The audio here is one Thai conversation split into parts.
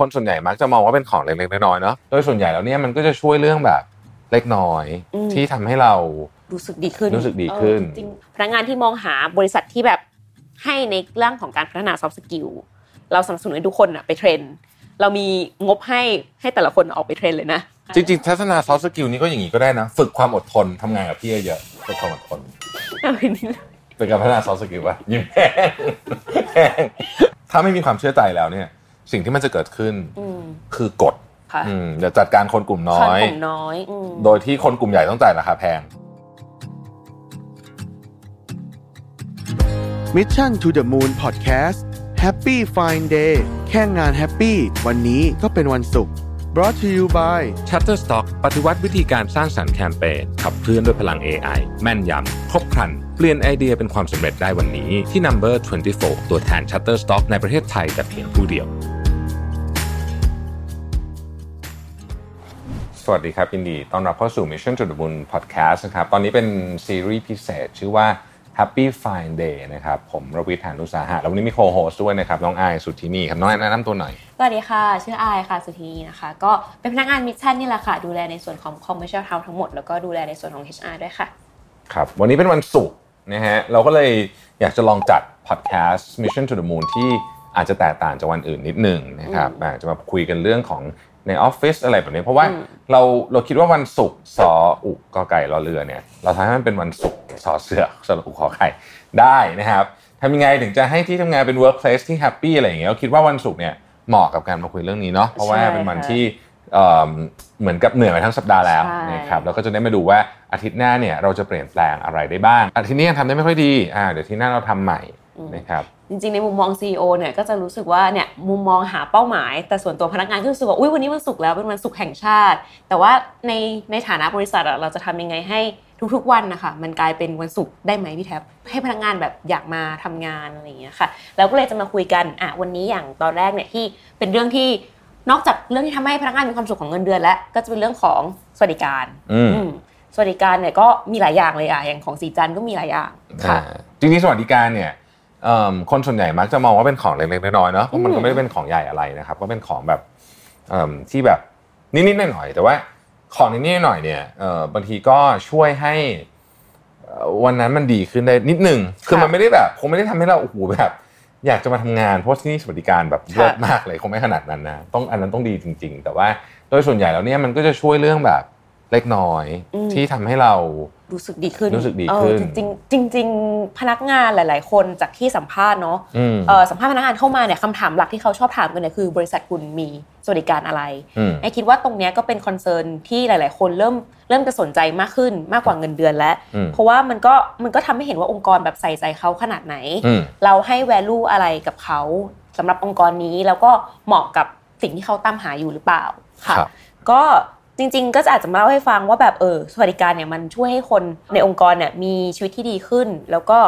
คนส่วนใหญ่มักจะมองว่าเป็นของเล็กๆน้อยๆเนาะโดยส่วนใหญ่แล้วเนี่ยมันก็จะช่วยเรื่องแบบเล็กน้อย อืม ที่ทำให้เรา รู้สึกดีขึ้น รู้สึกดีขึ้น เออจริงๆพนักงานที่มองหาบริษัทที่แบบให้ในเรื่องของการพัฒนา soft skill เราสนับสนุนให้ทุกคนอะไปเทรน เรามีงบให้ให้แต่ละคนออกไปเทรนเลยนะ จริงๆทัศนา soft skill นี้ก็อย่างนี้ก็ได้นะ ฝึกความอดทนทำงานกับพี่เยอะๆฝึกความอดทน เอาไปนี่เลย เป็นการพัฒนาซอฟต์สกิลป่ะยิ้มแห้งแห้ง ถ้าไม่มีความเชื่อใจแล้วเนี่ย สิ่งที่มันจะเกิดขึ้น อืม คือกฎ ค่ะ อืมเดี๋ยวจัดการคนกลุ่มน้ ค่ อย ผมน้อยอืม โดยที่คนกลุ่มใหญ่ต้องจ่ายราคาแพง Mission to the Moon Podcast Happy Fine Day แค่งานแฮปปี้วันนี้ก็เป็นวันศุกร์ Brought to you by Shutterstock ปฏิวัติวิธีการสร้างสรรค์แคมเปญขับเคลื่อนด้วยพลัง AI แม่นยำ ครบครัน เปลี่ยนไอเดียเป็นความสำเร็จได้วันนี้ ที่ Number 24 ตัวแทน Shutterstock ในประเทศไทยแต่เพียงผู้เดียว สวัสดีครับยินดีต้อนรับเข้าสู่ Mission to the Moon Podcast นะครับ ตอนนี้เป็นซีรีส์พิเศษ ชื่อว่า Happy Fine Day นะครับ ผมรวิทยานุสาหะแล้ววันนี้มีโคโฮสด้วยนะครับ น้องไอายสุทธินีครับ น้องไอายแนะนำตัวหน่อย สวัสดีค่ะ ชื่ออายค่ะ สุธีนะคะ ก็เป็นพนักงานมิชชั่นนี่แหละค่ะ ดูแลในส่วนของ commercial house ทั้งหมด แล้วก็ดูแลในส่วนของ HR ด้วยค่ะ ครับวันนี้เป็นวันศุกร์นะฮะเราก็เลยอยากจะลองจัดพอดแคสต์ Mission to the Moon ที่อาจจะแตกต่างจากวันอื่นนิดหนึ่งนะครับอาจจะมาคุยกันเรื่องของในออฟฟิศอะไรแบบนี้ เพราะว่าเราเราคิดว่าวันศุกร์สออุกกอไก่รอเรือเนี่ยเราทำให้มันเป็นวันศุกร์ สอเสือสระอุกขอไข่ได้นะครับทำยังไงถึงจะให้ที่ทำงานเป็น workplace ที่แฮปปี้อะไรอย่างเงี้ยเราคิดว่าวันศุกร์เนี่ยเหมาะกับการมาคุยเรื่องนี้เนาะเพราะว่าเป็นวัน ใช่ค่ะ ที่ เอ่อเหมือนกับเหนื่อยมาทั้งสัปดาห์แล้ว ใช่ นะครับแล้วก็จะได้มาดูว่าอาทิตย์หน้าเนี่ยเราจะเปลี่ยนแปลงอะไรได้บ้าง อาทิตย์นี้ยังทำได้ไม่ค่อยดีอ่าเดี๋ยวอาที่หน้าเราทำใหม่นะครับ จริงๆ ในมุมมอง CEO เนี่ยก็จะรู้สึกว่าเนี่ยมุมมองหาเป้าหมาย แต่ส่วนตัวพนักงานก็รู้สึกว่าอุ้ยวันนี้วันศุกร์แล้วเป็นวันศุกร์แห่งชาติ แต่ว่าในในฐานะบริษัทอะเราจะทำยังไงให้ทุกๆวันนะคะมันกลายเป็นวันศุกร์ได้ไหมพี่แท็บให้พนักงานแบบอยากมาทำงานอะไรอย่างเงี้ยค่ะเราก็เลยจะมาคุยกันอ่ะวันนี้อย่างตอนแรกเนี่ยที่เป็นเรื่องที่นอกจากเรื่องที่ทำให้พนักงานมีความสุขของเงินเดือนแล้วก็จะเป็นเรื่องของสวัสดิการ อืม อืมสวัสดิการเนี่ยก็มีหลายอย่างเลยอ่ะอย่างของสีจันทร์ก็มีหลายอย่างค่ะ อ่าจริงๆสวัสดิการเนี่ยเอิ่มคนส่วนใหญ่มักจะมองว่าเป็นของเล็กๆน้อยๆเนาะเพราะมัน อืม ก็ไม่ได้เป็นของใหญ่อะไรนะครับก็เป็นของแบบเอิ่มที่แบบนิดๆหน่อยๆแต่ว่าของนิดๆหน่อยๆเนี่ยเอ่อบางทีก็ช่วยให้เอ่อวันนั้นมันดีขึ้นได้นิดหนึงคือมันไม่ได้แบบคงไม่ได้ทำให้เราโอ้โหแบบ อยากจะมาทำงานเพราะที่นี่สวัสดิการแบบเยอะมากเลยคงไม่ขนาดนั้นนะต้องอันนั้นต้องดีจริง ๆ แต่ว่าโดยส่วนใหญ่แล้วเนี่ยมันก็จะช่วยเรื่องแบบเล็กน้อย อืม ที่ทำให้เรา รู้สึกดีขึ้น รู้สึกดี เอ ขึ้ อน จริงจริงจริง ๆ พนักงานหลาย ๆ คนจากที่สัมภาษณ์เนาะ อืม เอ่อสัมภาษณ์พนักงานเข้ามาเนี่ยคำถามหลักที่เขาชอบถามกันเนี่ยคือบริษัทคุณมีสวัสดิการอะไร ม ไอคิดว่าตรงเนี้ยก็เป็นคอนเซิร์นที่หลาย ๆ คนเริ่มเริ่มจะสนใจมากขึ้นมากกว่าเงินเดือนแล้ว อืม เพราะว่ามันก็มันก็ทำให้เห็นว่าองค์กรแบบใส่ใจเขาขนาดไหน อืม เราให้ value อะไรกับเขาสำหรับองค์กรนี้แล้วก็เหมาะกับสิ่งที่เขาตามหาอยู่หรือเปล่าค่ะ ครับ ก็จริง ๆ ก็จะอาจจะมาเล่าให้ฟังว่าแบบเออสวัสดิการเนี่ยมันช่วยให้คนในองค์กรเนี่ยมีชีวิตที่ดีขึ้น แล้วก็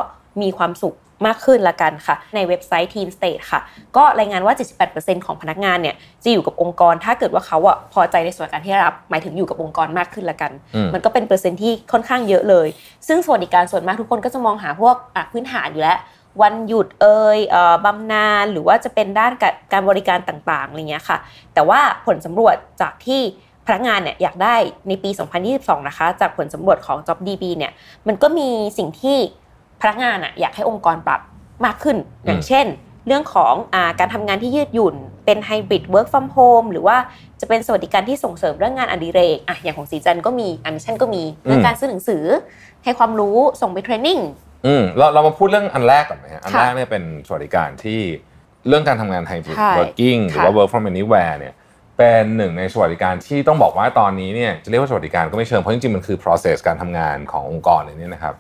มีความสุขมากขึ้นละกันค่ะ ในเว็บไซต์ Team State ค่ะ ก็รายงานว่า 78%ของพนักงานเนี่ยจะอยู่กับองค์กร ถ้าเกิดว่าเขาอะพอใจในสวัสดิการที่ได้รับหมายถึงอยู่กับองค์กรมากขึ้นละกัน อืม มันก็เป็นเปอร์เซ็นต์ที่ค่อนข้างเยอะเลย ซึ่งสวัสดิการส่วนมากทุกคนก็จะมองหาพวกอ่ะพื้นฐานอยู่แล้ว วันหยุดเอ่ยเอ่อบำนาญหรือว่าจะเป็นด้านการการบริการต่างๆอะไรเงี้ยค่ะ แต่ว่าผลสำรวจจากที่พนักงานเนี่ยอยากได้ในปี 2022 นะคะ จากผลสำรวจของ JobDB เนี่ยมันก็มีสิ่งที่พนักงานอะอยากให้องค์กรปรับมากขึ้น อย่างเช่น เรื่องของอาการทำงานที่ยืดหยุ่น เป็นไฮบริดเวิร์กฟอร์มโฮมหรือว่าจะเป็นสวัสดิการที่ส่งเสริมเรื่องงานอดิเรกอะอย่างของสีจันทร์ก็มีอามิชันก็มีเรื่องการซื้อหนังสือ ให้ความรู้ส่งไปเทรนนิ่ง อืมเราเรามาพูดเรื่องอันแรกก่อนไหมฮะอัน ค่ะ แรกเนี่ยเป็นสวัสดิการที่เรื่องการทำงานไฮบริด ใช่ เวิร์กิ่งหรือ ค่ะ ว่า work from anywhere เนี่ยเป็นหนึ่งในสวัสดิการที่ต้องบอกว่าตอนนี้เนี่ยจะเรียกว่าสวัสดิการก็ไม่เชิงเพราะจริงๆมันคือ process การทำงานขององค์กรเลยเนี่ยนะครับ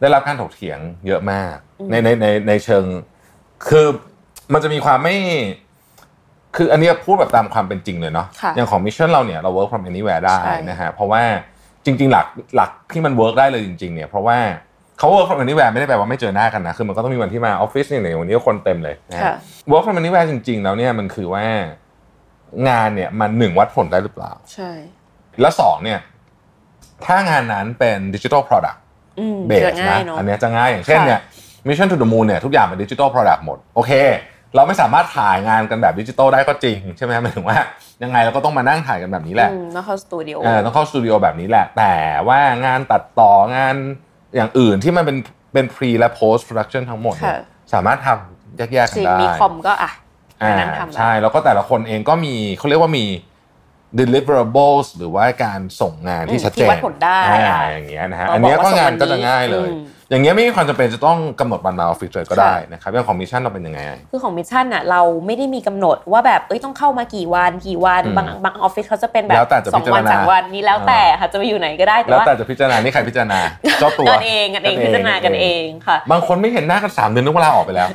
ได้รับการถกเถียงเยอะมาก ในในในในเชิงคือมันจะมีความไม่ คืออันนี้พูดแบบตามความเป็นจริงเลยเนาะ ค่ะ อย่างของมิชชั่นเราเนี่ยเรา work from anywhere ได้ ใช่ นะฮะเพราะว่าจริง ๆ หลักหลักที่มัน work ได้เลยจริง ๆ เนี่ยเพราะว่าเขา work from anywhere ไม่ได้แปลว่าไม่เจอหน้ากันนะคือมันก็ต้องมีวันที่มาออฟฟิศเนี่ยอย่างวันนี้ก็คนเต็มเลยนะฮะ work from anywhere จริง ๆ แล้วเนี่ยมันคือว่างานเนี่ยมันหนึ่งวัดผลได้หรือเปล่า ใช่ และสองเนี่ยถ้างานนั้นเป็นดิจิทัล product อืม เบส จะง่า นะ ยเนาะ อันเนี้ยจะง่ายอย่างเช่น ค่ะ เนี่ยมิชชั่นทูดมู n เนี่ยทุกอย่างเป็นดิจิ t a ลโปรดักต์หมด โอเค เราไม่สามารถถ่ายงานกันแบบดิจิตอลได้ก็จริงใช่ไหมหมายถึงว่ายังไงเราก็ต้องมานั่งถ่ายกันแบบนี้แหละ อืมแล้วเข้าสตูดิโอ เออต้องเข้าสตูดิโอแบบนี้แหละ แต่ว่างานตัดต่องานอย่างอื่นที่มันเป็นเป็นพรีและโพส t p โปรดักชันทั้งหมดเนี่ย ค่ะ สามารถทำแยกๆกั จ น ริง ได้ มีคอมก็อ่ะ อ่า มานั่งทำ ใช่ แล้วก็แต่ละคนเองก็มีเขาเรียกว่ามี deliverables หรือว่าการส่งงานที่ชัดเจน ที่วัดผลได้ อ่า อ่ะ อย่างเงี้ยนะฮะ เรา อันเนี้ย บอก ก็ ว่าส่ง งา วัน นนี้ ก็จะง่ายเลย อืม อย่างเงี้ยไม่มีความจำเป็นจะต้องกำหนดวันมาออฟฟิศเลยก็ได้ ใช่ นะครับเรื่องของมิชชั่นเราเป็นยังไง คือของมิชชั่นอ่ะเราไม่ได้มีกำหนดว่าแบบเอ้ยต้องเข้ามากี่วันกี่วัน อืม บางบางออฟฟิศเขาจะเป็นแบ แล้ บ วแต่จะ สองวั พิจารณา สามวันนี้แล้ว อ่า แต่ค่ะจะไปอยู่ไหนก็ได้แต่ แล้ว ว่า แต่จะพิจารณานี่ใครพิจารณาเจ้าตัว กันเองกันเองพิจารณากันเองค่ะ บางคนไม่เห็นหน้ากันสามเดือนนึกว่าลาออกไปแล้ว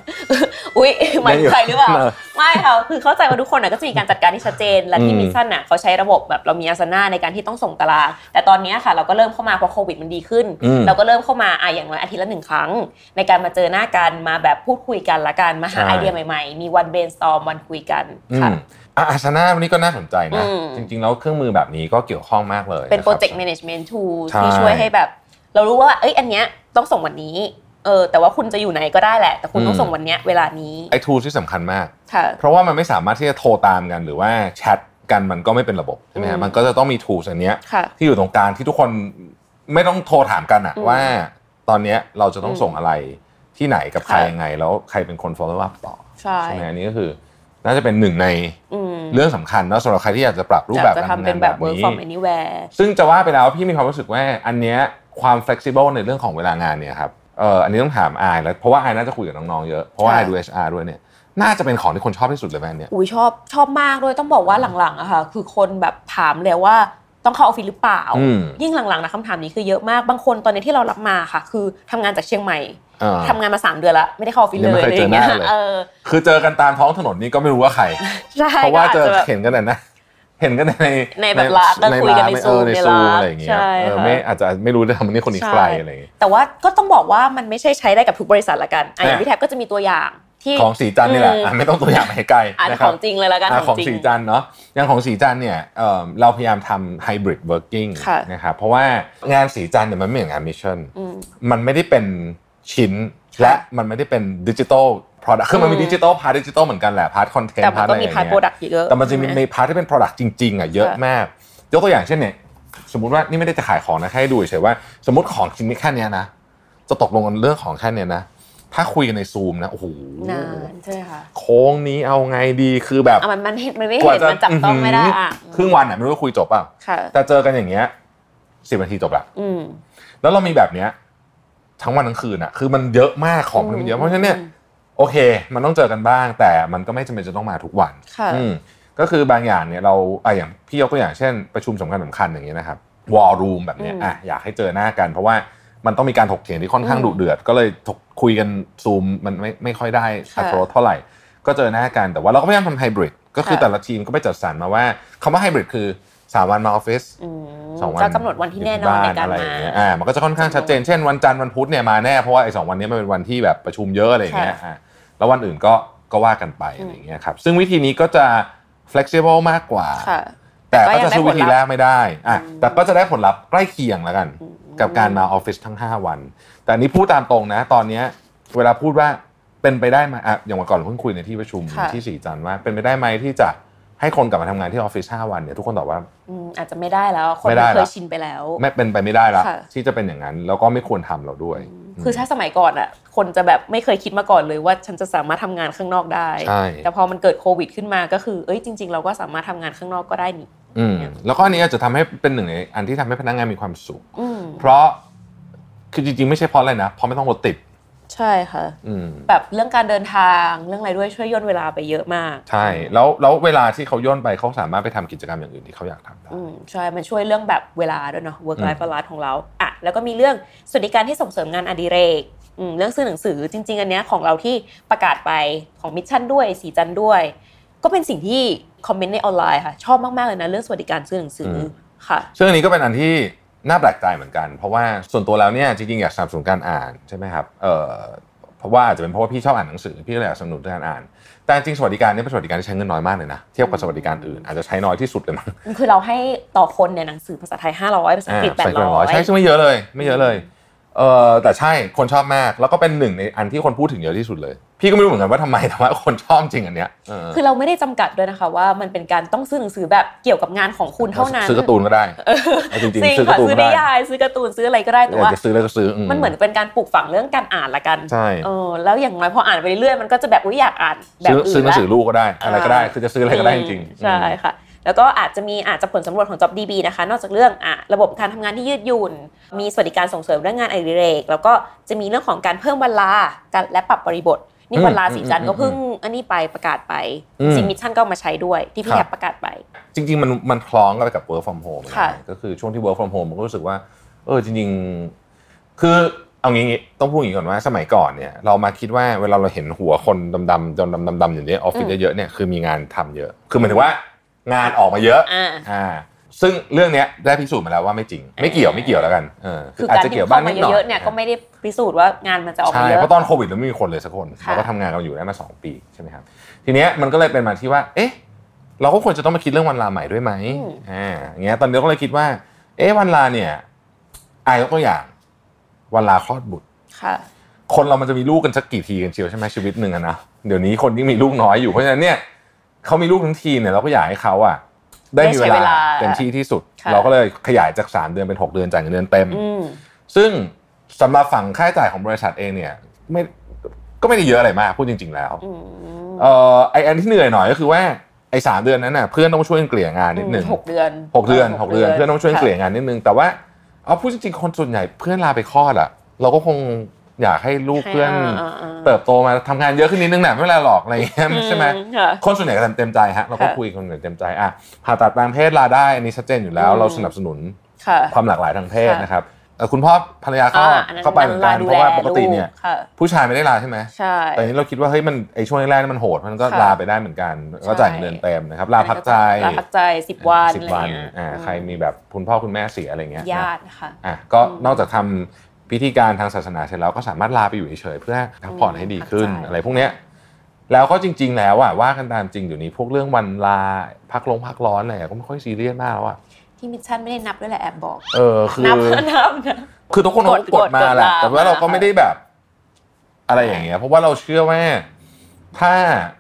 อุ้ยหมายถึงใครหรือเปล่า เออ ไม่ค่ะคือเข้าใจว่าทุกคนน่ะก็จะมีการจัดการที่ชัดเจนและ อื ที่ ม มิชชั่นน่ะเขาใช้ระบบแบบเรามีอาสนะในการที่ต้องส่งตารางแต่ตอนเนี้ยค่ะ เราก็เริ่มเข้ามาเพราะโควิดมันดีขึ้น อืม เราก็เริ่มเข้ามาอ่ะอย่างน้อยอาทิตย์ละหนึ่งครั้ง ในการมาเจอหน้ากันมาแบบพูดคุยกันละกันมาหา ใช่ ไอเดียใหม่ๆ มีวันเบรนสตอมวันคุยกัน อื ค่ะ มอ่ะอาสนะวันนี้ก็น่าสนใจนะ อืม จริงๆ แล้วเครื่องมือแบบนี้ก็เกี่ยวข้องมากเลย เป็น คบ โปรเจกต์แมネจเมนต์ทู ใช่ ที่ช่วยให้แบบ เรารู้ว่าเอ้ยอันเนี้ยต้องส่งวันนี้เออแต่ว่าคุณจะอยู่ไหนก็ได้แหละ แต่คุณต้องส่งวันเนี้ยเวลานี้ ไอ้ทูที่สำคัญมาก ค่ะ เพราะว่ามันไม่สามารถที่จะโทรตามกันหรือว่าแชทกันมันก็ไม่เป็นระบบใช่ไหมฮะ อืม มันก็จะต้องมีทูอันเนี้ย ค่ะ ที่อยู่ตรงกลางที่ทุกคนไม่ต้องโทรถามกันอะ อืม ว่าตอนเนี้ยเราจะต้อง อืม ส่งอะไรที่ไหนกับใคร ค่ะ ยังไง แล้วใครเป็นคน follow up ต่อ ใช่ ใช่ไหมอันนี้ก็คือน่าจะเป็นหนึ่งใน อืม เรื่องสำคัญนะสำหรับใครที่อยากจะปรับรูปแบบ จะ การทำ ทำเป็ งาน น แบ แบบ บ work นี้ from anywhere ซึ่งจะว่าไปแล้วพี่มีความรู้สึกว่าอันเนี้ยความ flexible ในเรื่องของเวลางานเนี่ยครับเอออันนี้ต้องถามอายแล้วเพราะว่าอายน่าจะคุยกับน้องๆเยอะเพราะว่า ค่ะ อายดู HR ด้วยเนี่ยน่าจะเป็นของที่คนชอบที่สุดเลยแม่เนี่ย อุ้ยชอบชอบมากด้วยต้องบอกว่าหลังๆอะค่ะ คือคนแบบถามเลยว่าต้องเข้าออฟฟิศหรือเปล่า อืม ยิ่งหลังๆนะคำถามนี้คือเยอะมากบางคนตอนนี้ที่เรารับมาค่ะ คือทำงานจากเชียงใหม่ เออ ทำงานมา 3 เดือนละไม่ได้เข้าออฟฟิศเลย ยังไม่เคยเจอหน้าเลย เออ คือเจอกันตามท้องถนนนี่ก็ไม่รู้ว่าใคร ใช่ เพราะว่า เจอ ก็จจะแบบ เห็นกันแต่หนะ เห็นกันใน ในแบบร้านแล้วคุยกันใน เออ Zoom ใน ใน ซู ร้าน อะไรอย่างเงี้ย ใช่ เออ ค่ะ ไม่อาจจะไม่รู้ด้วยทำนี่คนนี้ ใช่ ใครอะไรอย่างเงี้ย แต่ว่าก็ต้องบอกว่ามันไม่ใช่ใช้ได้กับทุกบริษัทละกันอ่ะอย่าง อ่ะ พี่แท็บก็จะมีตัวอย่างที่ ของสีจันทร์นี่แหละ อืม อ่ะไม่ต้องตัวอย่างไปให้ไกล อ่ะ นะค ข รับ องจริงเลยละกัน อ่ะ ข ข อ อง ง จ สี ริง จันทร์เนาะอย่างของสีจันทร์เนี่ยเอ่อเราพยายามทำไฮบริดเวิร์กิ่ง ค่ะ นะครับเพราะว่างานสีจันทร์เนี่ยมันไม่เหมือนงานมิชชั่น อืม มันไม่ได้เป็นชิ้นและมันไม่ได้เป็นดิจิตอลพอดักคือมันมี อืม ดิจิตอลพาร์ทดิจิตอลเหมือนกันแหละพาร์ทคอนเทน แต่ ต์ มั พาน ร์ท ก็ อะไรอ มี ย่าง พาร์ท เงี้ โปร ย ดักต์เยอะ แต่มันจะมี ใช่ไห ในพาร์ทที่เป็น Product จริงๆอ่ะเยอะ ค่ะ มาก ยกตัวอย่างเช่นเนี่ยสมมติว่านี่ไม่ได้จะขายของนะแค่ให้ดูเฉยๆว่า สมมติของชิ้นนี้แค่เนี้ยนะจะตกลงกันเรื่องของแค่เนี้ยนะ ถ้าคุยกันในซูมนะโอ้โห นานใช่ไหมค่ะ โค้งนี้เอาไงดีคือแบบ อ่ะมันมันเห็นมันไม่ ก เห็ ว่าน จะ มันจับต้องไม่ได้อ่ะ ครึ่งวันอ่ะไม่รู้ว่าคุยจบเปล่า ค่ะ แต่เจอกันอย่างเงี้ยสิบนาทีจบละ อืม แล้วเรามีแบบเนี้ยทั้งวันทั้งคืนอ่ะ คือมันเยอะมากของมันเยอะเพราะฉะนั้นเนี่ย อืม โอเค มันต้องเจอกันบ้าง แต่มันก็ไม่จำเป็นจะต้องมาทุกวัน ค่ะ อืมก็คือบางอย่างเนี่ยเราอ่ะอย่างพี่ยกตัวอย่างเช่น ประชุมสำคัญสำคัญอย่างเงี้ยนะครับวอลรูมแบบเนี้ยอ่ะอยากให้เจอหน้ากัน เพราะว่ามันต้องมีการถกเถียงที่ค่อนข้างดุเดือด ก็เลยถกคุยกันซูมมันไม่ไม่ค่อยได้อัตรสเท่าไหร่ ก็เจอหน้ากันแต่ว่าเราก็พยายามทำไฮบริดก็คือ ค่ะ แต่ละทีมก็ไปจัดสรรมาว่าคำว่าไฮบริดคือ 3 วันมาออฟฟิศ อืม สองวัน จะกำหนดวันที่แน่นอนในการ อยู่ที่บ้นอะไรอมาย่างเงี้ยอ่ามันก็จะค่อนข้างชัดเจนเช่นวันจันทร์วันพุธเนี่ยมาแน่เพราะว่าไอ้สองวันนี้มันเป็นวันที่แบบประชุมเยอะอะไรอย่างเงี้ยอ่าแล้ววันอื่นก็ก็ว่ากันไปอะไรอย่างเงี้ยครับซึ่งวิธีนี้ก็จะ flexible มากกว่า ค่ะ แต่ แต่ก็ ก็ ยัง จะสู้วิธีแรกไม่ได้อ่ะ อืม แต่ก็จะได้ผลลัพธ์ใกล้เคียงแล้วกัน อืม กับการมาออฟฟิศทั้ง 5 วัน แต่อันนี้พูดตามตรงนะ ตอนเนี้ยเวลาพูดว่าเป็นไปได้ไหมอ่ะอย่างวันก่อนเราเพิ่งคุยในที่ประชุม ค่ะ ที่สีจันทร์ว่าเป็นไปได้ไหมที่จะให้คนกลับมาทำงานที่ออฟฟิศ5วันเนี่ยทุกคนตอบว่า อืมอาจจะไม่ได้แล้ว คน ไม่ได้ มันเคย ละ ชินไปแล้ว ไม่เป็นไปไม่ได้ละ ค่ะ ที่จะเป็นอย่างนั้นแล้วก็ไม่ควรทำเราด้วย คือถ้าสมัยก่อนอ่ะ คนจะแบบไม่เคยคิดมาก่อนเลยว่าฉันจะสามารถทำงานข้างนอกได้ ใช่ แต่พอมันเกิดโควิดขึ้นมาก็คือเอ้ยจริง ๆ เราก็สามารถทำงานข้างนอกก็ได้นี่ อืมแล้วก็อันนี้อาจจะทำให้เป็นหนึ่งในอันที่ทำให้พนักงานมีความสุข อืม เพราะคือจริงๆไม่ใช่เพราะอะไรนะเพราะไม่ต้องรถติด ใช่ค่ะ อืม แบบเรื่องการเดินทางเรื่องอะไรด้วยช่วยย่นเวลาไปเยอะมาก ใช่แล้วแล้วเวลาที่เขาย่นไปเขาสามารถไปทำกิจกรรมอย่างอื่นที่เขาอยากทำได้ อืมใช่ มันช่วยเรื่องแบบเวลาด้วยเนาะ work อืม life balance ของเราอ่ะแล้วก็มีเรื่องสวัสดิการที่ส่งเสริมงานอดิเรกอืมเรื่องซื้อหนังสือจริง ๆ อันเนี้ยของเราที่ประกาศไปของมิชชั่นด้วยสีจันทร์ด้วย ก็เป็นสิ่งที่คอมเมนต์ในออนไลน์ค่ะ ชอบมาก ๆ เลยนะ เรื่องสวัสดิการซื้อหนังสืออ ม ค่ะ ซึ่งอันนี้ก็เป็นอันที่น่าแปลกใจเหมือนกัน เพราะว่าส่วนตัวแล้วเนี่ยจริงๆอยากสนับสนุนการอ่านใช่ไหมครับเอ่อเพราะว่าอาจจะเป็นเพราะว่าพี่ชอบอ่านหนังสือพี่ก็เลยอยากสนับสนุนการอ่าน แต่จริงสวัสดิการเนี่ยเป็นสวัสดิการที่ใช้เงินน้อยมากเลยนะเทียบกับสวัสดิการอื่นอาจจะใช้น้อยที่สุดเลยมั้ง คือเราให้ต่อคนเนี่ยหนังสือภาษาไทย 500ภาษาอังกฤษ อ่าใส่เกินร้อย 800 ใช่ซึ่งไม่เยอะเลยไม่เยอะเลยเออแต่ใช่คนชอบมากแล้วก็เป็นหนึ่งในอันที่คนพูดถึงเยอะที่สุดเลย พี่ก็ไม่รู้เหมือนกันว่าทำไมแต่ว่าคนชอบจริงอันเนี้ยเออ คือเราไม่ได้จำกัดด้วยนะคะว่ามันเป็นการต้องซื้อหนังสือแบบเกี่ยวกับงานของคุณเท่านั้น ซื้อการ์ตูนก็ได้ เออ เอาจริง จริง ๆซื้อกาค่ะร์ตูน ซื้อ ก็ นิ ได้ ยายซื้อการ์ตูนซื้ออะไรก็ได้แต่ อยาก ว่า จะซื้อแล้วก็ซื้อ มันเหมือนเป็นการปลูกฝังเรื่องการอ่านละกัน ใช่ เออแล้วอย่างน้อยพออ่านไปเรื่อยๆมันก็จะแบบอุ๊ยอยากอ่านแบบ ซื้อซื้อื่นอหนังสือ ละ ลูกก็ได้ อะไรก็ได้ อ่า คือจะซื้ออะไรก็ได้จริงๆ ใช่ อืม ค่ะ แล้วก็อาจจะมีอาจจะผลสำรวจของ JobDB นะคะ นอกจากเรื่องอ่ะระบบการทำงานที่ยืดหยุ่น มีสวัสดิการส่งเสริมเรื่องงานอดิเรก แล้วก็จะมีเรื่องของการเพิ่มเวลาการและปรับบริบท นี่ อืม วันลาสีจันทร์ อืม ก็เพิ่งอันนี้ไปประกาศไป อืม ซิมิชั่นก็เอามาใช้ด้วยที่พี่ ค แอ รับ บประกาศไป จริงๆมันมันคล้องกับกับ work from home ค่ะ นะก็คือช่วงที่ work from home ผมก็รู้สึกว่า เออจริงๆ คือเอางี้งี้ต้องพูดอย่างนี้ก่อนว่าสมัยก่อนเนี่ยเรามาคิดว่าเวลาเราเห็นหัวคนดำๆจนดำๆดำๆอยู่ในออฟฟิศเยอะๆเนี่ยคือมีงานทำเยอะ คือหมายถึงว่างานออกมาเยอะ อ่า อ่าซึ่งเรื่องเนี้ยได้พิสูจน์มาแล้วว่าไม่จริง ไม่เกี่ยวไม่เกี่ยวแล้วกันเออ คือ อาจ การ จะ ที่ เกี่ยว เข้า บ้าง มา นิดหน่อย เยอะๆเนี่ยก็ไม่ได้พิสูจน์ว่างานมันจะออกมา ใช่ เยอะ เพราะตอนโควิดเราไม่มีคนเลยสักคน ค่ะ เราก็ทำงานกันอยู่ได้มา 2 ปีใช่ไหมครับทีเนี้ยมันก็เลยเป็นมาที่ว่า เอ๊ะ เราก็ควรจะต้องมาคิดเรื่องวันลาใหม่ด้วยไหม อืม อ่าอย่างเงี้ยตอนนี้ก็เลยคิดว่า เอ๊ะวันลาเนี่ยอายกตัวอย่างวันลาคลอดบุตร ค่ะ คนเรามันจะมีลูกกันสักกี่ทีกันเชียวใช่ไหมชีวิตหนึ่งอะนะเดี๋ยวนี้คนยิ่งมีลูกน้อยอยู่เพราะฉะนั้นเนี่ยเขามีลูกทั้งทีเนี่ยเราก็อยากให้เขาอ่ะได้มีเว ได้ใช้เว ลา ลา เต็มที่ที่สุด ค่ะ เราก็เลยขยายจากสามเดือนเป็นหกเดือนจ่ายเงินเดือนเต็ม อืม ซึ่งสำหรับฝั่งค่าใช้จ่ายของบริษัทเองเนี่ยไม่ก็ไม่ได้เยอะอะไรมากพูดจริง ๆ แล้ว อืม เออไออันที่เหนื่อยหน่อยก็คือว่าไอสามเดือนนั้นน่ะเพื่อนต้องช่วยเกลี่ยงานนิดนึง หกเดือน หกเดือนหกเดือนเพื่อนต้องช่วยเกลี่ยงานนิดนึงแต่ว่าเอาพูดจริงๆคนส่วนใหญ่เพื่อนลาไปคลอดอ่ะ เราก็คงอยากให้ลูก ให้ เพื่อน อ่าๆๆ เติบโตมาทำงานเยอะขึ้นนิดนึงน่ะไม่เป็นไรหรอกอะไรอย่างเงี้ยใช่ไหม อืค่ะ คนส่วนใหญ่ก็ทำเต็มใจฮะเราก็ ค่ะ คุยคนส่วนใหญ่เต็มใจอ่ะผ่าตัดตามเพศลาได้อันนี้ชัดเจนอยู่แล้ว อืม เราสนับสนุน ค่ะ ความหลากหลายทางเพศ ค่ะ นะครับเอ่อคุณพ่อภรรยาเข้า อ่อั เข้าไปเหมือนกัน ลดู เพราะว่า แล ปกติเนี่ย ลูค่ะ ผู้ชายไม่ได้ลาใช่ไหม ใช่ แต่อันนี้เราคิดว่าเฮ้ยมันไอช่วงแรกๆนี่มันโหดมันก็ ค่ะ ลาไปได้เหมือนกัน ก็จ่ายเงินเดือนเต็มนะครับลาพักใจ ลาพักใจสิบวัน สิบ อะไร วัน เงี้ย อ่า อืม ใครมีแบบคุณพ่อคุณแม่เสียอะไรเงี้ย ญา นะ ตินะคะ อ่ะก็ อืม นอกจากทำพิธีการทางศาสนาเสร็จแล้วก็สามารถลาไปอยู่เฉยๆเพื่อพักผ่อนให้ดีขึ้น พักใจ อะไรพวกเนี้ยแล้วก็จริง ๆ แล้วอ่ะว่ากันตามจริงอยู่นี้พวกเรื่องวันลาพักลงพักร้อนอะไรอะก็ไม่ค่อยซีเรียสมากแล้วอ่ะ ที่มิชชั่นไม่ได้นับด้วยแหละแอบบอก เออคือ นับนับนะ คือทุกคนเขาก็ก ก ด ด มาแหละ กดมา แต่ว่าเราก็ ค่ะ ไม่ได้แบบ อะไรอย่างเงี้ย เพราะว่าเราเชื่อว่าถ้า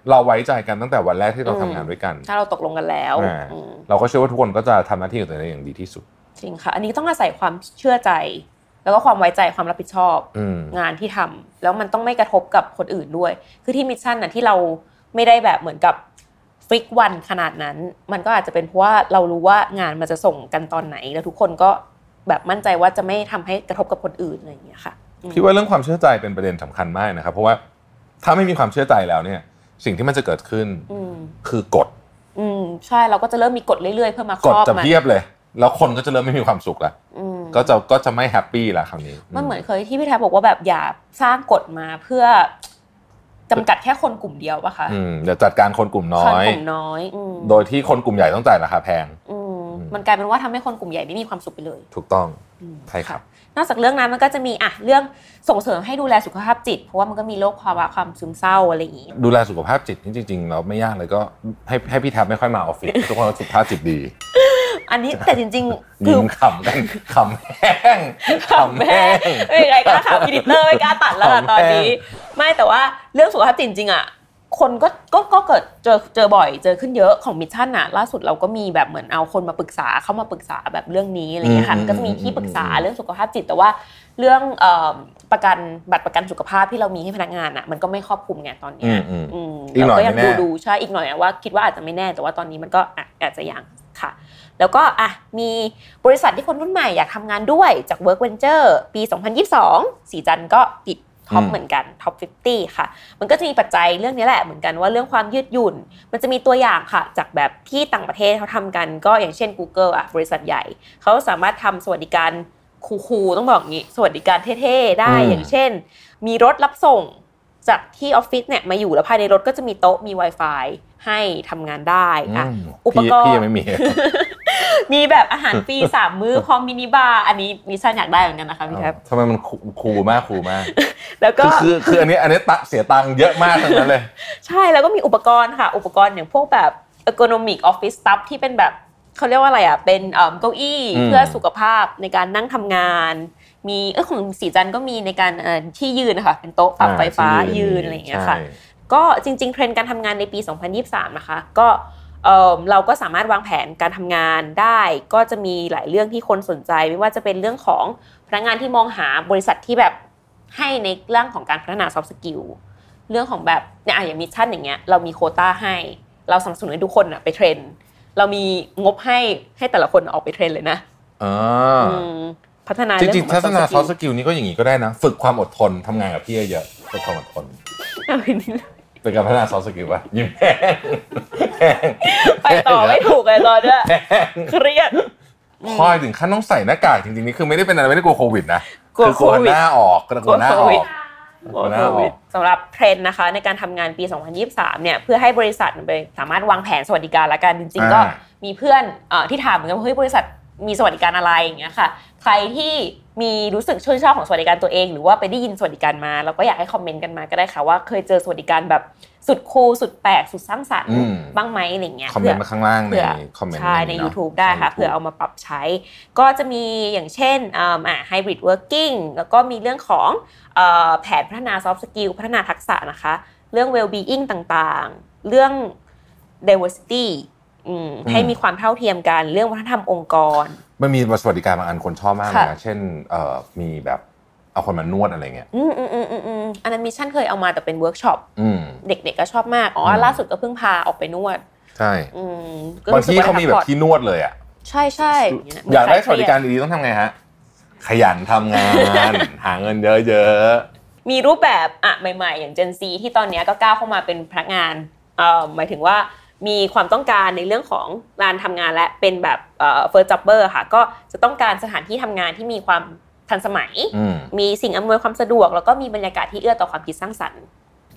เราไว้ใจกันตั้งแต่วันแรกที่เรา อืม ทำงานด้วยกัน ถ้าเราตกลงกันแล้ว อ่า อืม เราก็เชื่อว่าทุกคนก็จะทำหน้าที่ของตัวเองอย่างดีที่สุด จริงค่ะ อันนี้ต้องอาศัยความเชื่อใจ แล้วก็ความไว้ใจความรับผิดชอบ อืม งานที่ทำแล้วมันต้องไม่กระทบกับคนอื่นด้วย คือที่มิชชั่นน่ะที่เราไม่ได้แบบเหมือนกับฟิกวันขนาดนั้น มันก็อาจจะเป็นเพราะว่าเรารู้ว่างานมันจะส่งกันตอนไหน แล้วทุกคนก็แบบมั่นใจว่าจะไม่ทำให้กระทบกับคนอื่นอะไรอย่างเงี้ยค่ะอืม พี่ว่าเรื่องความเชื่อใจเป็นประเด็นสำคัญมากนะครับ เพราะว่าถ้าไม่มีความเชื่อใจแล้วเนี่ย สิ่งที่มันจะเกิดขึ้น อืม คือกฎ อืมใช่เราก็จะเริ่มมีกฎเรื่อยๆ เพื่อมาค ก ร ฎ อบ จะ มัน เพียบเลย แล้วคนก็จะเริ่มไม่มีความสุขละ อืม ก็จะก็จะไม่แฮปปี้ละคราวนี้ มันเหมือนเคยที่พี่แทบบอกว่าแบบอย่าสร้างกฎมาเพื่อจำกัดแค่คนกลุ่มเดียวปะคะ อืมเดี๋ยวจัดการคนกลุ่มน้ คน อย กลุ่มน้อยอืม โดยที่คนกลุ่มใหญ่ต้องจ่ายราคาแพง อืมมันกลายเป็นว่าทำให้คนกลุ่มใหญ่ไม่มีความสุขไปเลย ถูกต้อง อืม ใช่ครับ ะนอกจากเรื่องนั้นมันก็จะมีอ่ะเรื่องส่งเสริมให้ดูแลสุขภาพจิต เพราะว่ามันก็มีโรคภาวะความซึมเศร้าอะไรอย่างงี้ ดูแลสุขภาพจิตนี่จริงๆเราไม่ยากเลยก็ให้ให้พี่แท็บไม่ค่อยมาออฟฟิศ ทุกคนสุขภาพจิตดี อั นนี้แต่จริงๆ คือ ยิ้มขำกันขำแห้งขำ ขำแม่ แห้ง ไม่มีใครกล้าขำอีดิเตอร์ไม่กล้าตัดแล้วค่ะ ขำแม่ ตอนนี้ ไม่แต่ว่าเรื่องสุขภาพจิตจริงๆอ่ะคนก็ก็ก็เกิดเจอเจอบ่อยเจอขึ้นเยอะของมิชชั่นอ่ะล่าสุดเราก็มีแบบเหมือนเอาคนมาปรึกษาเข้ามาปรึกษาแบบเรื่องนี้อะไรอย่างเงี้ยค่ะมันก็จะมีที่ปรึกษาเรื่องสุขภาพจิตแต่ว่าเรื่องเอ่อประกันบัตรประกันสุขภาพที่เรามีให้พนักงานอ่ะมันก็ไม่ครอบคลุมไงตอนเนี้ อื ย มอืม อืม อีกหน่ เรา อย ก็ยัง ไม่ ดู แน่ ดูใช่อีกหน่อยอะว่าคิดว่าอาจจะไม่แน่แต่ว่าตอนนี้มันก็อ่ะอาจจะยังค่ะ แล้วก็อ่ะมีบริษัทที่คนรุ่นใหม่อยากทำงานด้วยจาก Work Venture ปี 2022 สีจันทร์ก็ติดท็อปเหมือนกันท็อป 50 ค่ะ มันก็จะมีปัจจัยเรื่องนี้แหละเหมือนกันว่าเรื่องความยืดหยุ่น มันจะมีตัวอย่างค่ะ จากแบบที่ต่างประเทศเขาทำกันก็อย่างเช่น Google อ่ะบริษัทใหญ่เขาสามารถทำสวัสดิการคูลๆต้องบอกอย่างงี้ สวัสดิการเท่ๆได้ อืม อย่างเช่น มีรถรับส่งจากที่ออฟฟิศเนี่ยมาอยู่แล้วภายในรถก็จะมีโต๊ะมี Wi-Fi ให้ทำงานได้อ่ะ อืม อุป พี่ กรณ์ พี่ยังไม่มี มีแบบอาหารฟรี สามมื้อพร้อมมินิบาร์อันนี้มิชชั่นอยากได้เหมือนกันนะคะพี่แทบ ทำไมมันคูลมากคูลมาก แล้วก็ คือคือคืออันนี้อันนี้ตะเสียตังค์เยอะมากทั้งนั้นเลย ใช่แล้วก็มีอุปกรณ์ค่ะ อุปกรณ์อย่างพวกแบบ ergonomic office stuff ที่เป็นแบบเขาเรียกว่าอะไรอ่ะ เป็นเอิ่มเก้าอี้ อืม เพื่อสุขภาพในการนั่งทำงาน มีเออของสีจันทร์ก็มีในการเอ่อที่ยืนนะคะเป็นโต๊ะปรับไฟฟ้า อ่ที่ ยืนอะไรอย่างเงี้ยค่ะ ใช่ ก็จริง ๆ เทรนด์การทำงานในปี 2023 นะคะ ก็เอิ่มเราก็สามารถวางแผนการทำงานได้ ก็จะมีหลายเรื่องที่คนสนใจ ไม่ว่าจะเป็นเรื่องของพนักงานที่มองหาบริษัทที่แบบให้ในเรื่องของการพัฒนา soft skill เรื่องของแบบเนี่ยอ่ะอย่างมิชชั่นอย่างเงี้ยเรามีโควต้าให้ เราสนับสนุนให้ทุกคนอะไปเทรนเรามีงบให้ให้แต่ละคนออกไปเทรนเลยนะ อ่า อืมพัฒนา จ เรื่อง ริง ขอ ๆ ง ทัศนา soft ซอ skill สกิลนี้ก็อย่างนี้ก็ได้นะ ฝึกความอดทนทำงานกับพี่เยอะๆฝึกความอดทน เอาอันนี้เลย เป็นการพัฒนาซอสกิลป่ะยิ้มแห้ง ไปต่อไม่ถูกเลยตอนเนี้ยเครียด คอยถึงขั้นต้องใส่หน้ากากจริงๆนี่คือไม่ได้เป็นอะไรไม่ได้กลัวโควิดนะ กลัว คือกลัว โควิด หน้าออกกลัวหน้าออกกลัวหน้าออก สำหรับเทรนด์นะคะในการทำงานปี 2023 เนี่ยเพื่อให้บริษัทไปสามารถวางแผนสวัสดิการและกันจริงๆ ก็ อ่า มีเพื่อนเอ่อที่ถามเหมือนกันว่าเฮ้ยบริษัทมีสวัสดิการอะไรอย่างเงี้ยค่ะ ใครที่มีรู้สึกชื่นชอบของสวัสดิการตัวเอง หรือว่าไปได้ยินสวัสดิการมาเราก็อยากให้คอมเมนต์กันมาก็ได้ค่ะว่าเคยเจอสวัสดิการแบบสุดคูลสุดแปลกสุดสร้างสรรค์ อืม บ้างไหมอะไรเงี้ย คอมเมนต์ ผื่ มาข้างล่างใน เผื่อ คอมเมนต์ ใช่ใน เอะ YouTube ได้ค่ะ ใช่ เผื่อเอามาปรับใช้ ก็จะมีอย่างเช่นอ่าไฮบริดเวิร์กิ่งแล้วก็มีเรื่องของเอ่อแผนพัฒนาซอฟต์สกิลพัฒนาทักษะนะคะ เรื่อง well-being ต่างๆ เรื่อง diversity อืม อืม ให้มีความเท่าเทียมกันเรื่องวัฒนธรรมองค์กร มันมีสวัสดิการบางอันคนชอบมากเลย ค่ะ นะเช่นเอ่อมีแบบเอาคนมานวดอะไรเงี้ย อืมอืมอืมอืมอืมอันนั้นมิชชั่นเคยเอามาแต่เป็นเวิร์กช็อป อืม เด็กๆก็ชอบมากอ๋อ อืม ล่าสุดก็เพิ่งพาออกไปนวด ใช่ อืมก็ บาง รู้สึก ที่ ว่ เขามีแบ พับกผ่อน ที่นวดเลยอ่ะ ใช่ใช่ อยากได้สวัสดิการดีๆต้องทำไงฮะ ขยันทำงาน หาเงินเยอะ มีรูปแบบอ่ะใหม่ ๆ อย่าง Gen Z ที่ตอนเนี้ยก็ก้าวเข้ามาเป็นพนักงานเอ่อหมายถึงว่ามีความต้องการในเรื่องของการทำงานและเป็นแบบเฟิร์สจ็อบเบอร์ค่ะ ก็จะต้องการสถานที่ทำงานที่มีความทันสมัย ๆอืม มีสิ่งอำนวยความสะดวก แล้วก็มีบรรยากาศที่เอื้อต่อความคิดสร้างสรรค์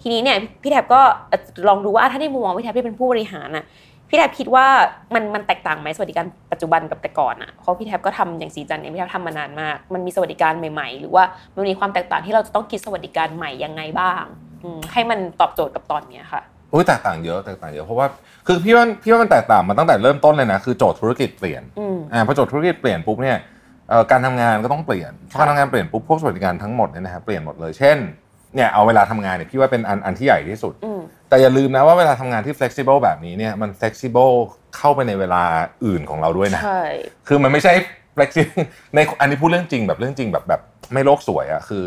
ทีนี้เนี่ยพี่แทบก็เอ่อลองดูว่าถ้าในมุมมองพี่แทบที่เป็นผู้บริหารน่ะพี่แทบคิดว่ามันมันแตกต่างไหมสวัสดิการปัจจุบันกับแต่ก่อนอ่ะเพราะพี่แทบก็ทำอย่างสีจันทร์เนี่ยพี่แทบทำมานานมาก มันมีสวัสดิการใหม่ๆ หรือว่ามันมีความแตกต่างที่เราจะต้องคิดสวัสดิการใหม่ยังไงบ้างอืมให้มันตอบโจทย์กับตอนเนี้ยค่ะ อุ้ยแตกต่างเยอะแตกต่างเยอะเพราะว่าคือพี่ว่าพี่ว่ามันแตกต่างมาตั้งแต่เริ่มต้นเลยนะคือโจทย์ธุรกิจเปลี่ยน อืม อ่าพอโจทย์ธุรกิจเปลี่ยนปุ๊บเนี่ยเอ่อการทำงานก็ต้องเปลี่ยนพอการทำงานเปลี่ยนปุ๊บพวกสวัสดิการทั้งหมดเนี่ยนะฮะเปลี่ยนหมดเลยเช่นเนี่ยเอาเวลาทำงานเนี่ยพี่ว่าเป็นอันอันที่ใหญ่ที่สุด อืม แต่อย่าลืมนะว่าเวลาทำงานที่ flexible แบบนี้เนี่ยมัน flexible เข้าไปในเวลาอื่นของเราด้วยนะ ใช่ คือมันไม่ใช่ flexible ในอันนี้พูดเรื่องจริงแบบเรื่องจริงแบบแบบไม่โลกสวยอะคือ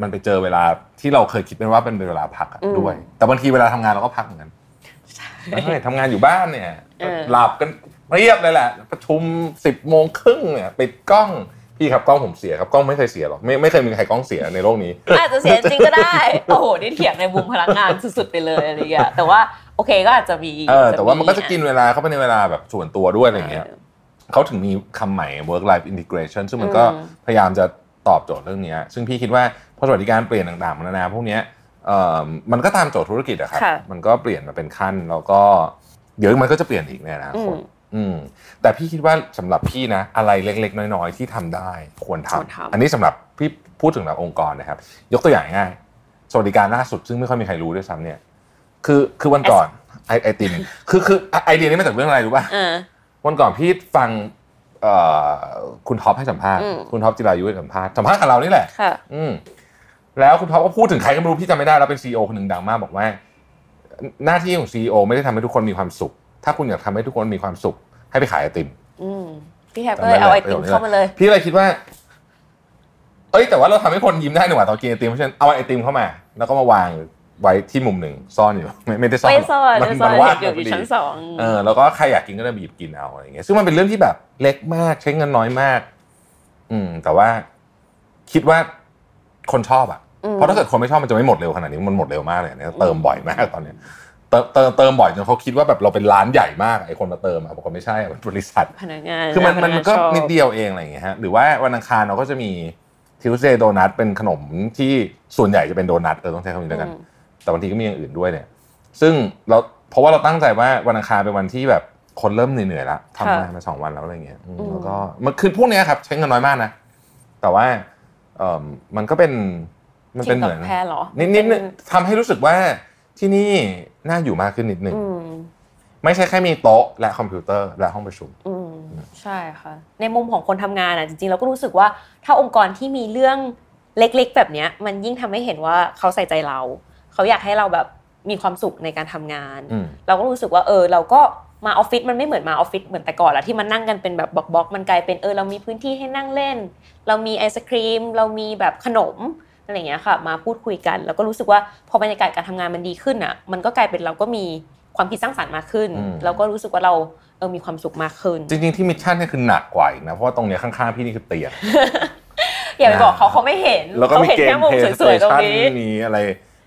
มันไปเจอเวลาที่เราเคยคิดเป็นว่าเป็นเวลาพักอะด้วย แต่บางทีเวลาทำงานเราก็พักเหมือนกันใช่ทำงานอยู่บ้านเนี่ยหลับกันเรียบเลยแหละ ประชุมสิบโมงครึ่งเนี่ยปิดกล้องพี่ครับกล้องผมเสียครับกล้องไม่เคยเสียหรอกไม่ไม่เคยมีใครกล้องเสียในโลกนี้ อาจจะเสียจริงก็ ได้โอ้โหนี่เถียงในมุมพลังงานสุดๆไปเลยอะไรอย่างเงี้ยแต่ว่าโอเคก็อาจจะมี เออแต่ว่ามันก็จะกิน อ เวลาเข้าไปในเวลาแบบส่วนตัวด้วยอะไรอย่างเงี้ย ออ เขาถึงมีคำใหม่ work life integration ซึ่งมันก็ อืม พยายามจะตอบโจทย์เรื่องเนี้ยซึ่งพี่คิดว่าพอสวัสดิการเปลี่ยนต่างๆมานานาพวกเนี้ยเอ่อมันก็ตามโจทย์ธุรกิจอะครับ ค่ะ มันก็เปลี่ยนมาเป็นขั้น แล้วก็เดี๋ยวมันก็จะเปลี่ยนอีกในอนา อื คต ม อืมแต่พี่คิดว่าสำหรับพี่นะ อะไรเล็กๆ น้อยๆ ที่ทำได้ควรทำ ควรทำ อันนี้สำหรับพี่พูดถึงแบบองค์กรนะครับ ยกตัวอย่างง่ายสวัสดิการล่าสุดซึ่งไม่ค่อยมีใครรู้ด้วยซ้ำเนี่ย คือคือวันก่อนไอไอติมคือคือไอเดียนี้มาจากเรื่องอะไรรู้ป่ะ เออ วันก่อนพี่ฟังเอ่อคุณท็อปให้สัมภาษณ์ อืม คุณท็อปจิรายุให้สัมภาษณ์สัมภาษณ์กับเรานี่แหละ ค่ะ อืมแล้วคุณท็อปก็พูดถึงใครก็ไม่รู้พี่จำไม่ได้แล้วเป็นซีอคนหนึ่งดังมากบอกว่า หน้าที่ของซีอไม่ได้ทำให้ทุกคนมีความสุข ถ้าคุณอยากทำให้ทุกคนมีความสุข ให้ไปขายไอติม อืมพี่แฮปก็เลยเอาไอติมเข้ามาเลย พี่เลยคิดว่า เอ้ยแต่ว่าเราทำให้คนยิ้มได้หนึ่งว่าตอนกินไอติมเพราะฉะนั้นเอาไอติมเข้ามา แล้วก็มาวางไว้ที่มุมหนึ่งซ่อนอยู่ ไม่ไม่ได้ซ่อน ไม่ซ่อน มั ไม่ซ่อน มันว่าง อยู่อพยู่ดี ชั้นสอง เออแล้วก็ใครอยากกินก็ได้ไปหยิบกินเอาอะไรอย่างเงี้ยซึ่งมันเป็นเรื่องที่แบบเล็กมากใช้เงินน้อยมาก อืม แต่ว่าคิดว่าคนชอบอ่ะ ม เพราะถ้าเกิดคนไม่ชอบมันจะไม่หมดเร็วขนาดนี้มันหมดเร็วมากเลยเนี่ยเติมบ่อยมากตอนเนี้ยเติมเติมเติมบ่อยจนเขาคิดว่าแบบเราเป็นร้านใหญ่มากไอ้คนมาเติมอ่ะบอกว่าไม่ใช่อะเป็นบริษัท พนักงาน คือมันมัน พ ก็ งาชอบ นิดเดียวเองอะไรอย่างเงี้ยฮะหรือว่าวันอังคารเราก็จะมีทิวสเดย์โดนัทเป็นขนมที่ส่วนใหญ่จะเป็นโดนัทเออต้องใช้คำนี้แล้วกัน อืม แต่บางทีก็มีอย่างอื่นด้วยเนี่ย ซึ่งเราเพราะว่าเราตั้งใจว่าวันอังคารเป็นวันที่แบบคนเริ่มเหนื่อยๆแล้วทำงานมาสองวันแล้วอะไรเงี้ยอืมแล้วก็มันคือพวกเนี้ยครับ ใช้เงินน้อยมากนะ แต่ว่าเอมมันก็เป็นมันเป็นเหมือน จริงตบแพรหรอ นิดนิดทำให้รู้สึกว่าที่นี่น่าอยู่มากขึ้นนิดหนึ่ง อืม ไม่ใช่แค่มีโต๊ะและคอมพิวเตอร์และห้องประชุม อืม อื ใช่ค่ะ ในมุมของคนทำงานอ่ะจริงๆเราก็รู้สึกว่าถ้าองค์กรที่มีเรื่องเล็กๆ แบบเนี้ย มันยิ่งทำให้เห็นว่าเขาใส่ใจเรา เขาอยากให้เราแบบมีความสุขในการทำงาน อืม เราก็รู้สึกว่าเออเราก็มาออฟฟิศมันไม่เหมือนมาออฟฟิศเหมือนแต่ก่อนละที่มันนั่งกันเป็นแบบบล็อกๆมันกลายเป็นเออเรามีพื้นที่ให้นั่งเล่น เรามีไอศครีม เรามีแบบขนมอะไรอย่างเงี้ยค่ะ มาพูดคุยกัน แล้วก็รู้สึกว่าพอบรรยากาศการทำงานมันดีขึ้นอ่ะ มันก็กลายเป็นเราก็มีความคิดสร้างสรรค์มากขึ้น อืม เราก็รู้สึกว่าเราเออมีความสุขมากขึ้น จริงๆที่มิชชั่นเนี่ยคือหนักกว่าอีกนะ เพราะว่าตรงเนี้ยข้างๆพี่นี่คือเตี ยง อย่าไปบอกเขา อ่า เขาไม่เห็น แล้วก็ เขา มี เห็น เก แค่ ม มุม เพลย์ส ส เต วยๆตรง ชัน นี้ มีอะไร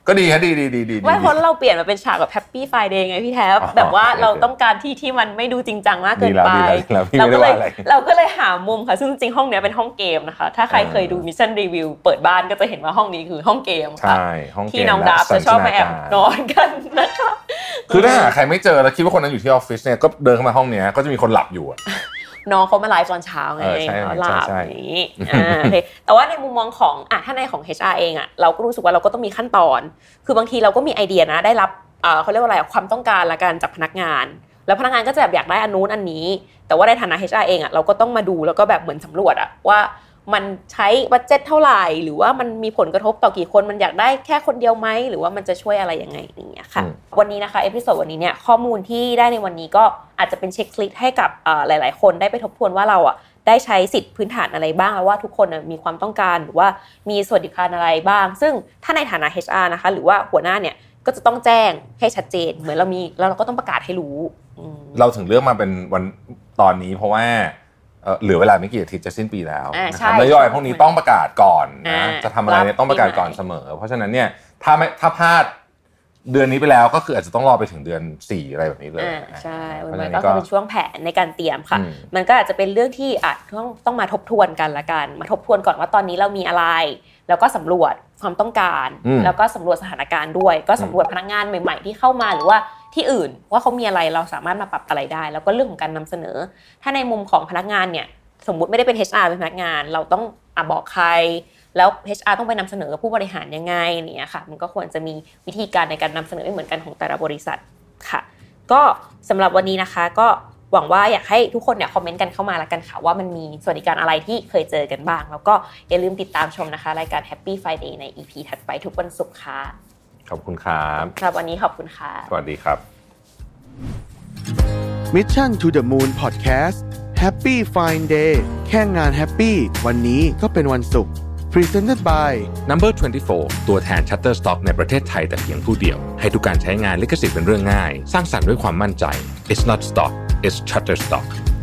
ก็ดีฮะดีดีดีดีดี ไม่เพราะเราเปลี่ยนมาเป็นฉากแบบแฮปปี้ไฟเดย์ไงพี่แทบ อ๋อ แบบว่า โอเค เราต้องการที่ที่มันไม่ดูจริงจังมากเกิ ดี น แล้ว ไป ดีแล้ว ดีแล้วพี่ไม่เราก็ ได้ว่าเลย อะไร เราก็เลยหามุมค่ะ ซึ่งจริงๆห้องเนี้ยเป็นห้องเกมนะคะ ถ้าใครเคยดู อ่า มิชชั่นรีวิวเปิดบ้านก็จะเห็นว่าห้องนี้คือห้องเกมค่ะ ใช่ ห้องเกม ที่น้อง และ ดาบ สั จะ น ชอบมา นา แอบ การ นอนกันนะคะ คือถ้าหาใครไม่เจอแล้วคิดว่าคนนั้นอยู่ที่ออฟฟิศเนี่ยก็เดินเข้ามาห้องเนี้ยก็จะมีคนหลับอยู่อะ น้องเขามาไลฟ์ตอนเช้าไง เออใช่ เขาหลับ ใช่ใช่ อย่างนี้อ่าโอเคแต่ว่าในมุมมองของอ่ะถ้าในของ HR เองอ่ะเราก็รู้สึกว่าเราก็ต้องมีขั้นตอน คือบางทีเราก็มีไอเดียนะได้รับเอ่อเขาเรียกว่าอะไรอะความต้องการละกันจากพนักงาน แล้วพนักงานก็จะแบบอยากได้อันนู้นอันนี้ แต่ว่าในฐานะ HR เองอ่ะเราก็ต้องมาดูแล้วก็แบบเหมือนสำรวจอ่ะว่ามันใช้บัตเจ็ตเท่าไหร่ หรือว่ามันมีผลกระทบต่อกี่คนมันอยากได้แค่คนเดียวไหมหรือว่ามันจะช่วยอะไรยังไงอย่างเงี้ยค่ะ อืม วันนี้นะคะเอพิโซดวันนี้เนี่ยข้อมูลที่ได้ในวันนี้ก็อาจจะเป็นเช็คลิสต์ให้กับเอ่อหลาย ๆ คนได้ไปทบทวนว่าเราอ่ะได้ใช้สิทธิพื้นฐานอะไรบ้างแล้วว่าทุกคนน่ะมีความต้องการหรือว่ามีสวัสดิการอะไรบ้าง ซึ่งถ้าในฐานะ HR นะคะ หรือว่าหัวหน้าเนี่ยก็จะต้องแจ้งให้ชัดเจน เหมือนเรามีแล้วเราก็ต้องประกาศให้รู้อืม เราถึงเลือกมาเป็นวันตอนนี้เพราะว่าเอ่อเหลือเวลาไม่กี่อาทิตย์จะสิ้นปีแล้ว อ่า นะครับ ใช่ แล้วย่อยพวกนี้ต้องประกาศก่อนนะ อ่า จะทำอะไรเนี่ยต้องประกาศก่อน รับปี เส ใหม่ มอ เพราะฉะนั้นเนี่ยถ้าไม่ถ้าพลาดเดือนนี้ไปแล้วก็คืออาจจะต้องรอไปถึงเดือน 4 อะไรแบบนี้เลย อ่าใช่ เพ วัน ราะฉะ นี้ นั้นก็ก็คือเป็นช่วงแผนในการเตรียมค่ะ อืม มันก็อาจจะเป็นเรื่องที่อาจต้องต้องมาทบทวนกันละกัน มาทบทวนก่อนว่าตอนนี้เรามีอะไร แล้วก็สำรวจความต้องการ อืม แล้วก็สำรวจสถานการณ์ด้วย ก็สำรวจพนักงานใหม่ๆ ที่เข้ามาหรือว่าที่อื่น ว่าเขามีอะไรเราสามารถมาปรับอะไรได้ แล้วก็เรื่องของการนำเสนอ ถ้าในมุมของพนักงานเนี่ยสมมุติไม่ได้เป็น HR เป็นพนักงาน เราต้องอะบอกใคร แล้ว HR ต้องไปนำเสนอกับผู้บริหารยังไงเนี่ยค่ะ มันก็ควรจะมีวิธีการในการนำเสนอไม่เหมือนกันของแต่ละบริษัทค่ะ ก็สำหรับวันนี้นะคะก็หวังว่าอยากให้ทุกคนเนี่ยคอมเมนต์กันเข้ามาแล้วกันค่ะ ว่ามันมีสวัสดิการอะไรที่เคยเจอกันบ้าง แล้วก็อย่าลืมติดตามชมนะคะ รายการ Happy Friday ใน EP ถัดไปทุกวันศุกร์ค่ะ ขอบคุณครับ สำหรับวันนี้ขอบคุณค่ะ สวัสดีครับ Mission to the Moon Podcast Happy Fine Day แค่งานแฮปปี้วันนี้ก็เป็นวันศุกร์ Presented by Number 24 ตัวแทน Shutterstock ในประเทศไทยแต่เพียงผู้เดียว ให้ทุกการใช้งานลิขสิทธิ์เป็นเรื่องง่าย สร้างสรรค์ด้วยความมั่นใจ It's not stock it's Shutterstock